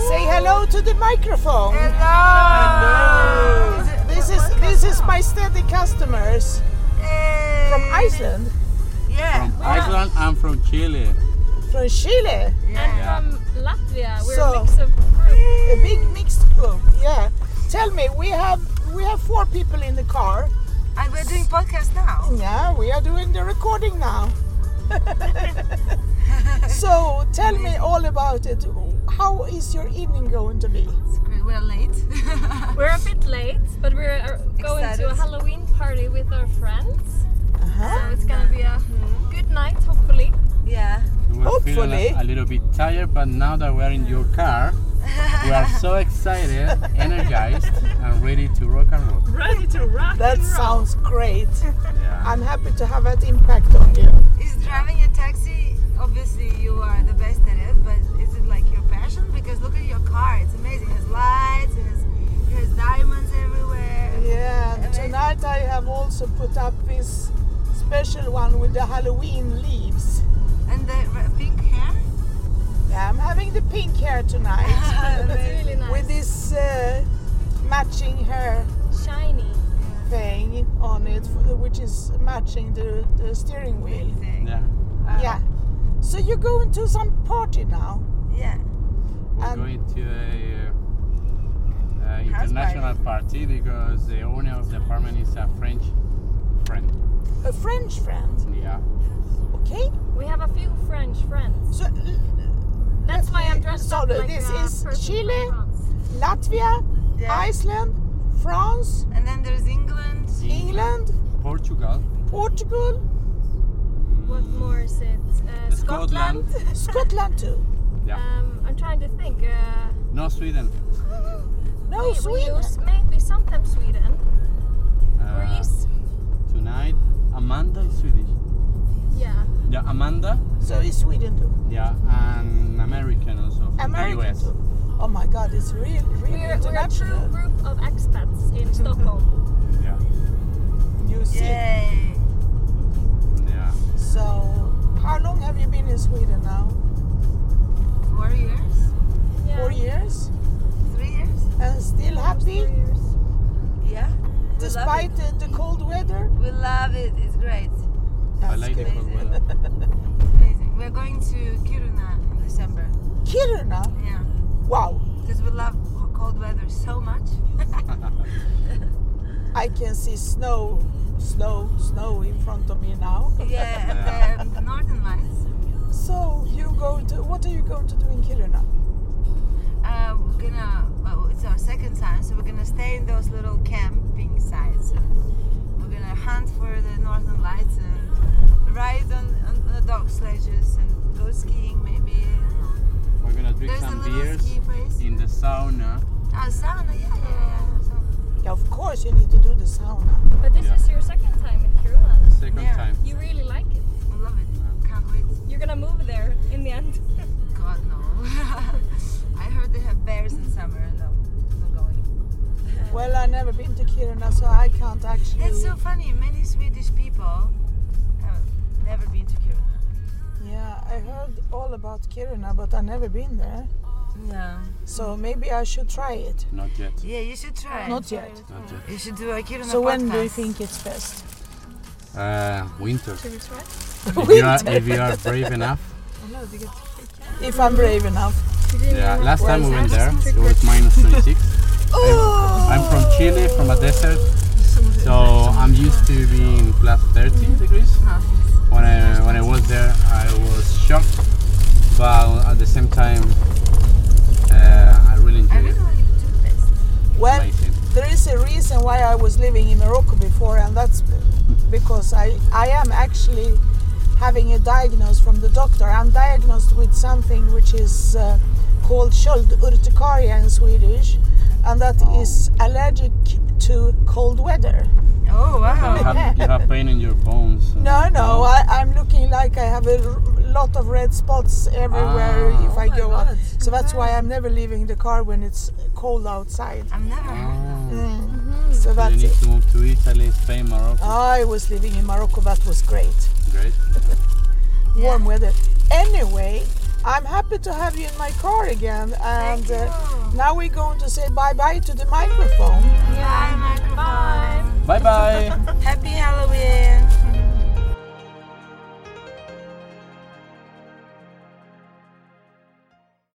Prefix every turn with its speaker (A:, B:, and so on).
A: hello to the microphone.
B: Hello. Hello.
A: This is this is my steady customers
B: Hey.
A: from Iceland,
B: Yeah.
C: From Iceland, I'm from Chile.
A: from Chile.
C: Yeah.
D: and from Latvia. We're
A: So-
D: a mix of groups.
A: A big mixed group. Yeah. Tell me, we have we have four people in the car.
B: And we're doing podcast now.
A: Yeah, we are doing the recording now. so tell me all about it. How is your evening going to be?
B: It's great. We're late.
D: We're a bit late, but we're uh, going to a
B: Excited.
D: Halloween party with our friends. So
A: Uh-huh.
D: it's gonna be a good night, hopefully.
B: yeah.
C: We were feeling
A: Hopefully.
C: a, a little bit tired, but now that we're in your car, we are so excited, energized, and ready to rock and roll.
D: Ready to rock.
A: That sounds great.
C: Yeah.
A: I'm happy to have that impact on you.
B: Is driving a taxi obviously you are the best at it, but is it like your passion? Because look at your car, it's amazing. It has lights, it has, it has diamonds everywhere.
A: Yeah, and
B: Amazing.
A: tonight I have also put up this special one with the Halloween leaves.
B: And the r- pink hair?
A: Yeah, I'm having the pink hair tonight
D: That's really nice.
A: with this uh, matching hair
D: Shiny.
A: thing on it, f- which is matching the, the steering wheel.
B: Amazing.
C: Yeah.
A: Yeah. So you're going to some party now?
B: Yeah.
C: We're
A: And-
C: going to a, uh, uh,
B: House
C: international party because the owner of the apartment is a French friend.
A: A French friend,
C: Yeah.
A: okay?
D: We have a few French friends.
A: So l-
D: That's why I'm dressed
A: So
D: up like uh,
A: this
D: a
A: is
D: person from
A: Chile?
D: France.
A: Latvia,
B: Yeah.
A: Iceland, France,
B: And then there's England.
A: England,
C: Portugal,
A: Portugal,
D: What more is it? Uh,
C: Scotland.
D: Scotland.
A: Scotland too.
C: Yeah.
D: Um, I'm trying to think. Uh,
C: no Sweden.
A: No,
D: we- we
A: Oh, Sweden.
D: use maybe sometimes Sweden.
C: Uh,
D: Greece.
C: tonight, Amanda is Swedish.
D: Yeah.
C: Yeah, Amanda.
A: So is Sweden too.
C: Yeah, and American also from the
A: American
C: US.
A: too. Oh my God, it's really, really
D: We're, we're a true
A: international.
D: group of expats in Stockholm.
C: Yeah,
A: You see.
B: Yay.
C: yeah.
A: So, how long have you been in Sweden now?
B: Four years?
D: Yeah.
A: Four years,
B: Three years?
A: and still happy
B: Yeah. We love it.
A: despite the, the cold weather.
B: We love it. It's great.
C: I
A: That's
C: like the
A: good.
C: cold
B: amazing.
C: weather.
B: Amazing. We're going to Kiruna in December.
A: Kiruna,
B: Yeah.
A: wow!
B: Because we love co- cold weather so much.
A: I can see snow, snow, snow in front of me now.
B: yeah, and the Northern Lights.
A: So you going to? What are you going to do in Kiruna?
B: Uh, we're gonna. Well, it's our second time, so we're gonna stay in those little camping sites. And we're gonna hunt for the Northern Lights and ride on, on the dog sledges and go skiing maybe.
C: We're gonna drink
B: There's a
C: some
B: little
C: beers
B: ski place.
C: in the sauna.
B: Ah, sauna. Yeah, yeah, yeah. sauna.
A: Yeah, of course you need to do the sauna.
D: But this
C: Yeah.
D: is your second time in
C: The
D: Kiruna.
C: second
B: Yeah.
C: time.
D: You really like it.
B: We love it. Can't wait.
D: You're gonna move there in the end.
B: God no. I heard they have bears in summer. No, not going.
A: Well, i never been to Kiruna, so I can't actually.
B: It's so funny. Many Swedish people have never been to Kiruna.
A: Yeah, I heard all about Kiruna, but i never been there.
B: No. Mm.
A: So maybe I should try it.
C: Not yet.
B: Yeah, you should try.
A: Not yet.
C: Not yet.
B: You should do a Kiruna
A: So when do you
B: podcast.
A: think it's best?
C: Uh, winter.
D: Should we try?
C: If you are, if you are brave enough.
A: If I'm brave enough.
C: Yeah. Last time we went
D: Well,
C: there,
D: it's
C: it was minus 26. I'm from Chile, from a desert, so I'm used to being plus 30 degrees. When I when I was there, I was shocked, but at the same time, uh, I really
B: I
C: enjoyed it.
B: really want you to do this.
A: Well,
C: Amazing.
A: there is a reason why I was living in Morocco before, and that's b- because I, I am actually having a diagnosis from the doctor. I'm diagnosed with something which is uh, called sköld urticaria in Swedish, and that
C: Oh.
A: is allergic to cold weather.
B: Oh
C: So you
B: wow.
C: have, you have pain in your bones. and-
A: No, no, I, I'm looking like I have a r- lot of red spots everywhere
C: Ah.
A: if
B: Oh
A: I
B: my
A: go out.
B: God.
A: So that's why I'm never leaving the car when it's cold outside.
B: I've never heard.
C: Oh.
B: Hmm.
A: So
C: You
A: that's
C: need
A: it.
C: to move to Italy, Spain, Morocco.
A: I was living in Morocco, that was great.
C: Great.
A: Warm weather. Anyway, I'm happy to have you in my car again. And uh, now we're going to say bye bye to the microphone.
B: Bye, microphone.
C: Bye
D: Bye.
C: bye.
B: Happy Halloween.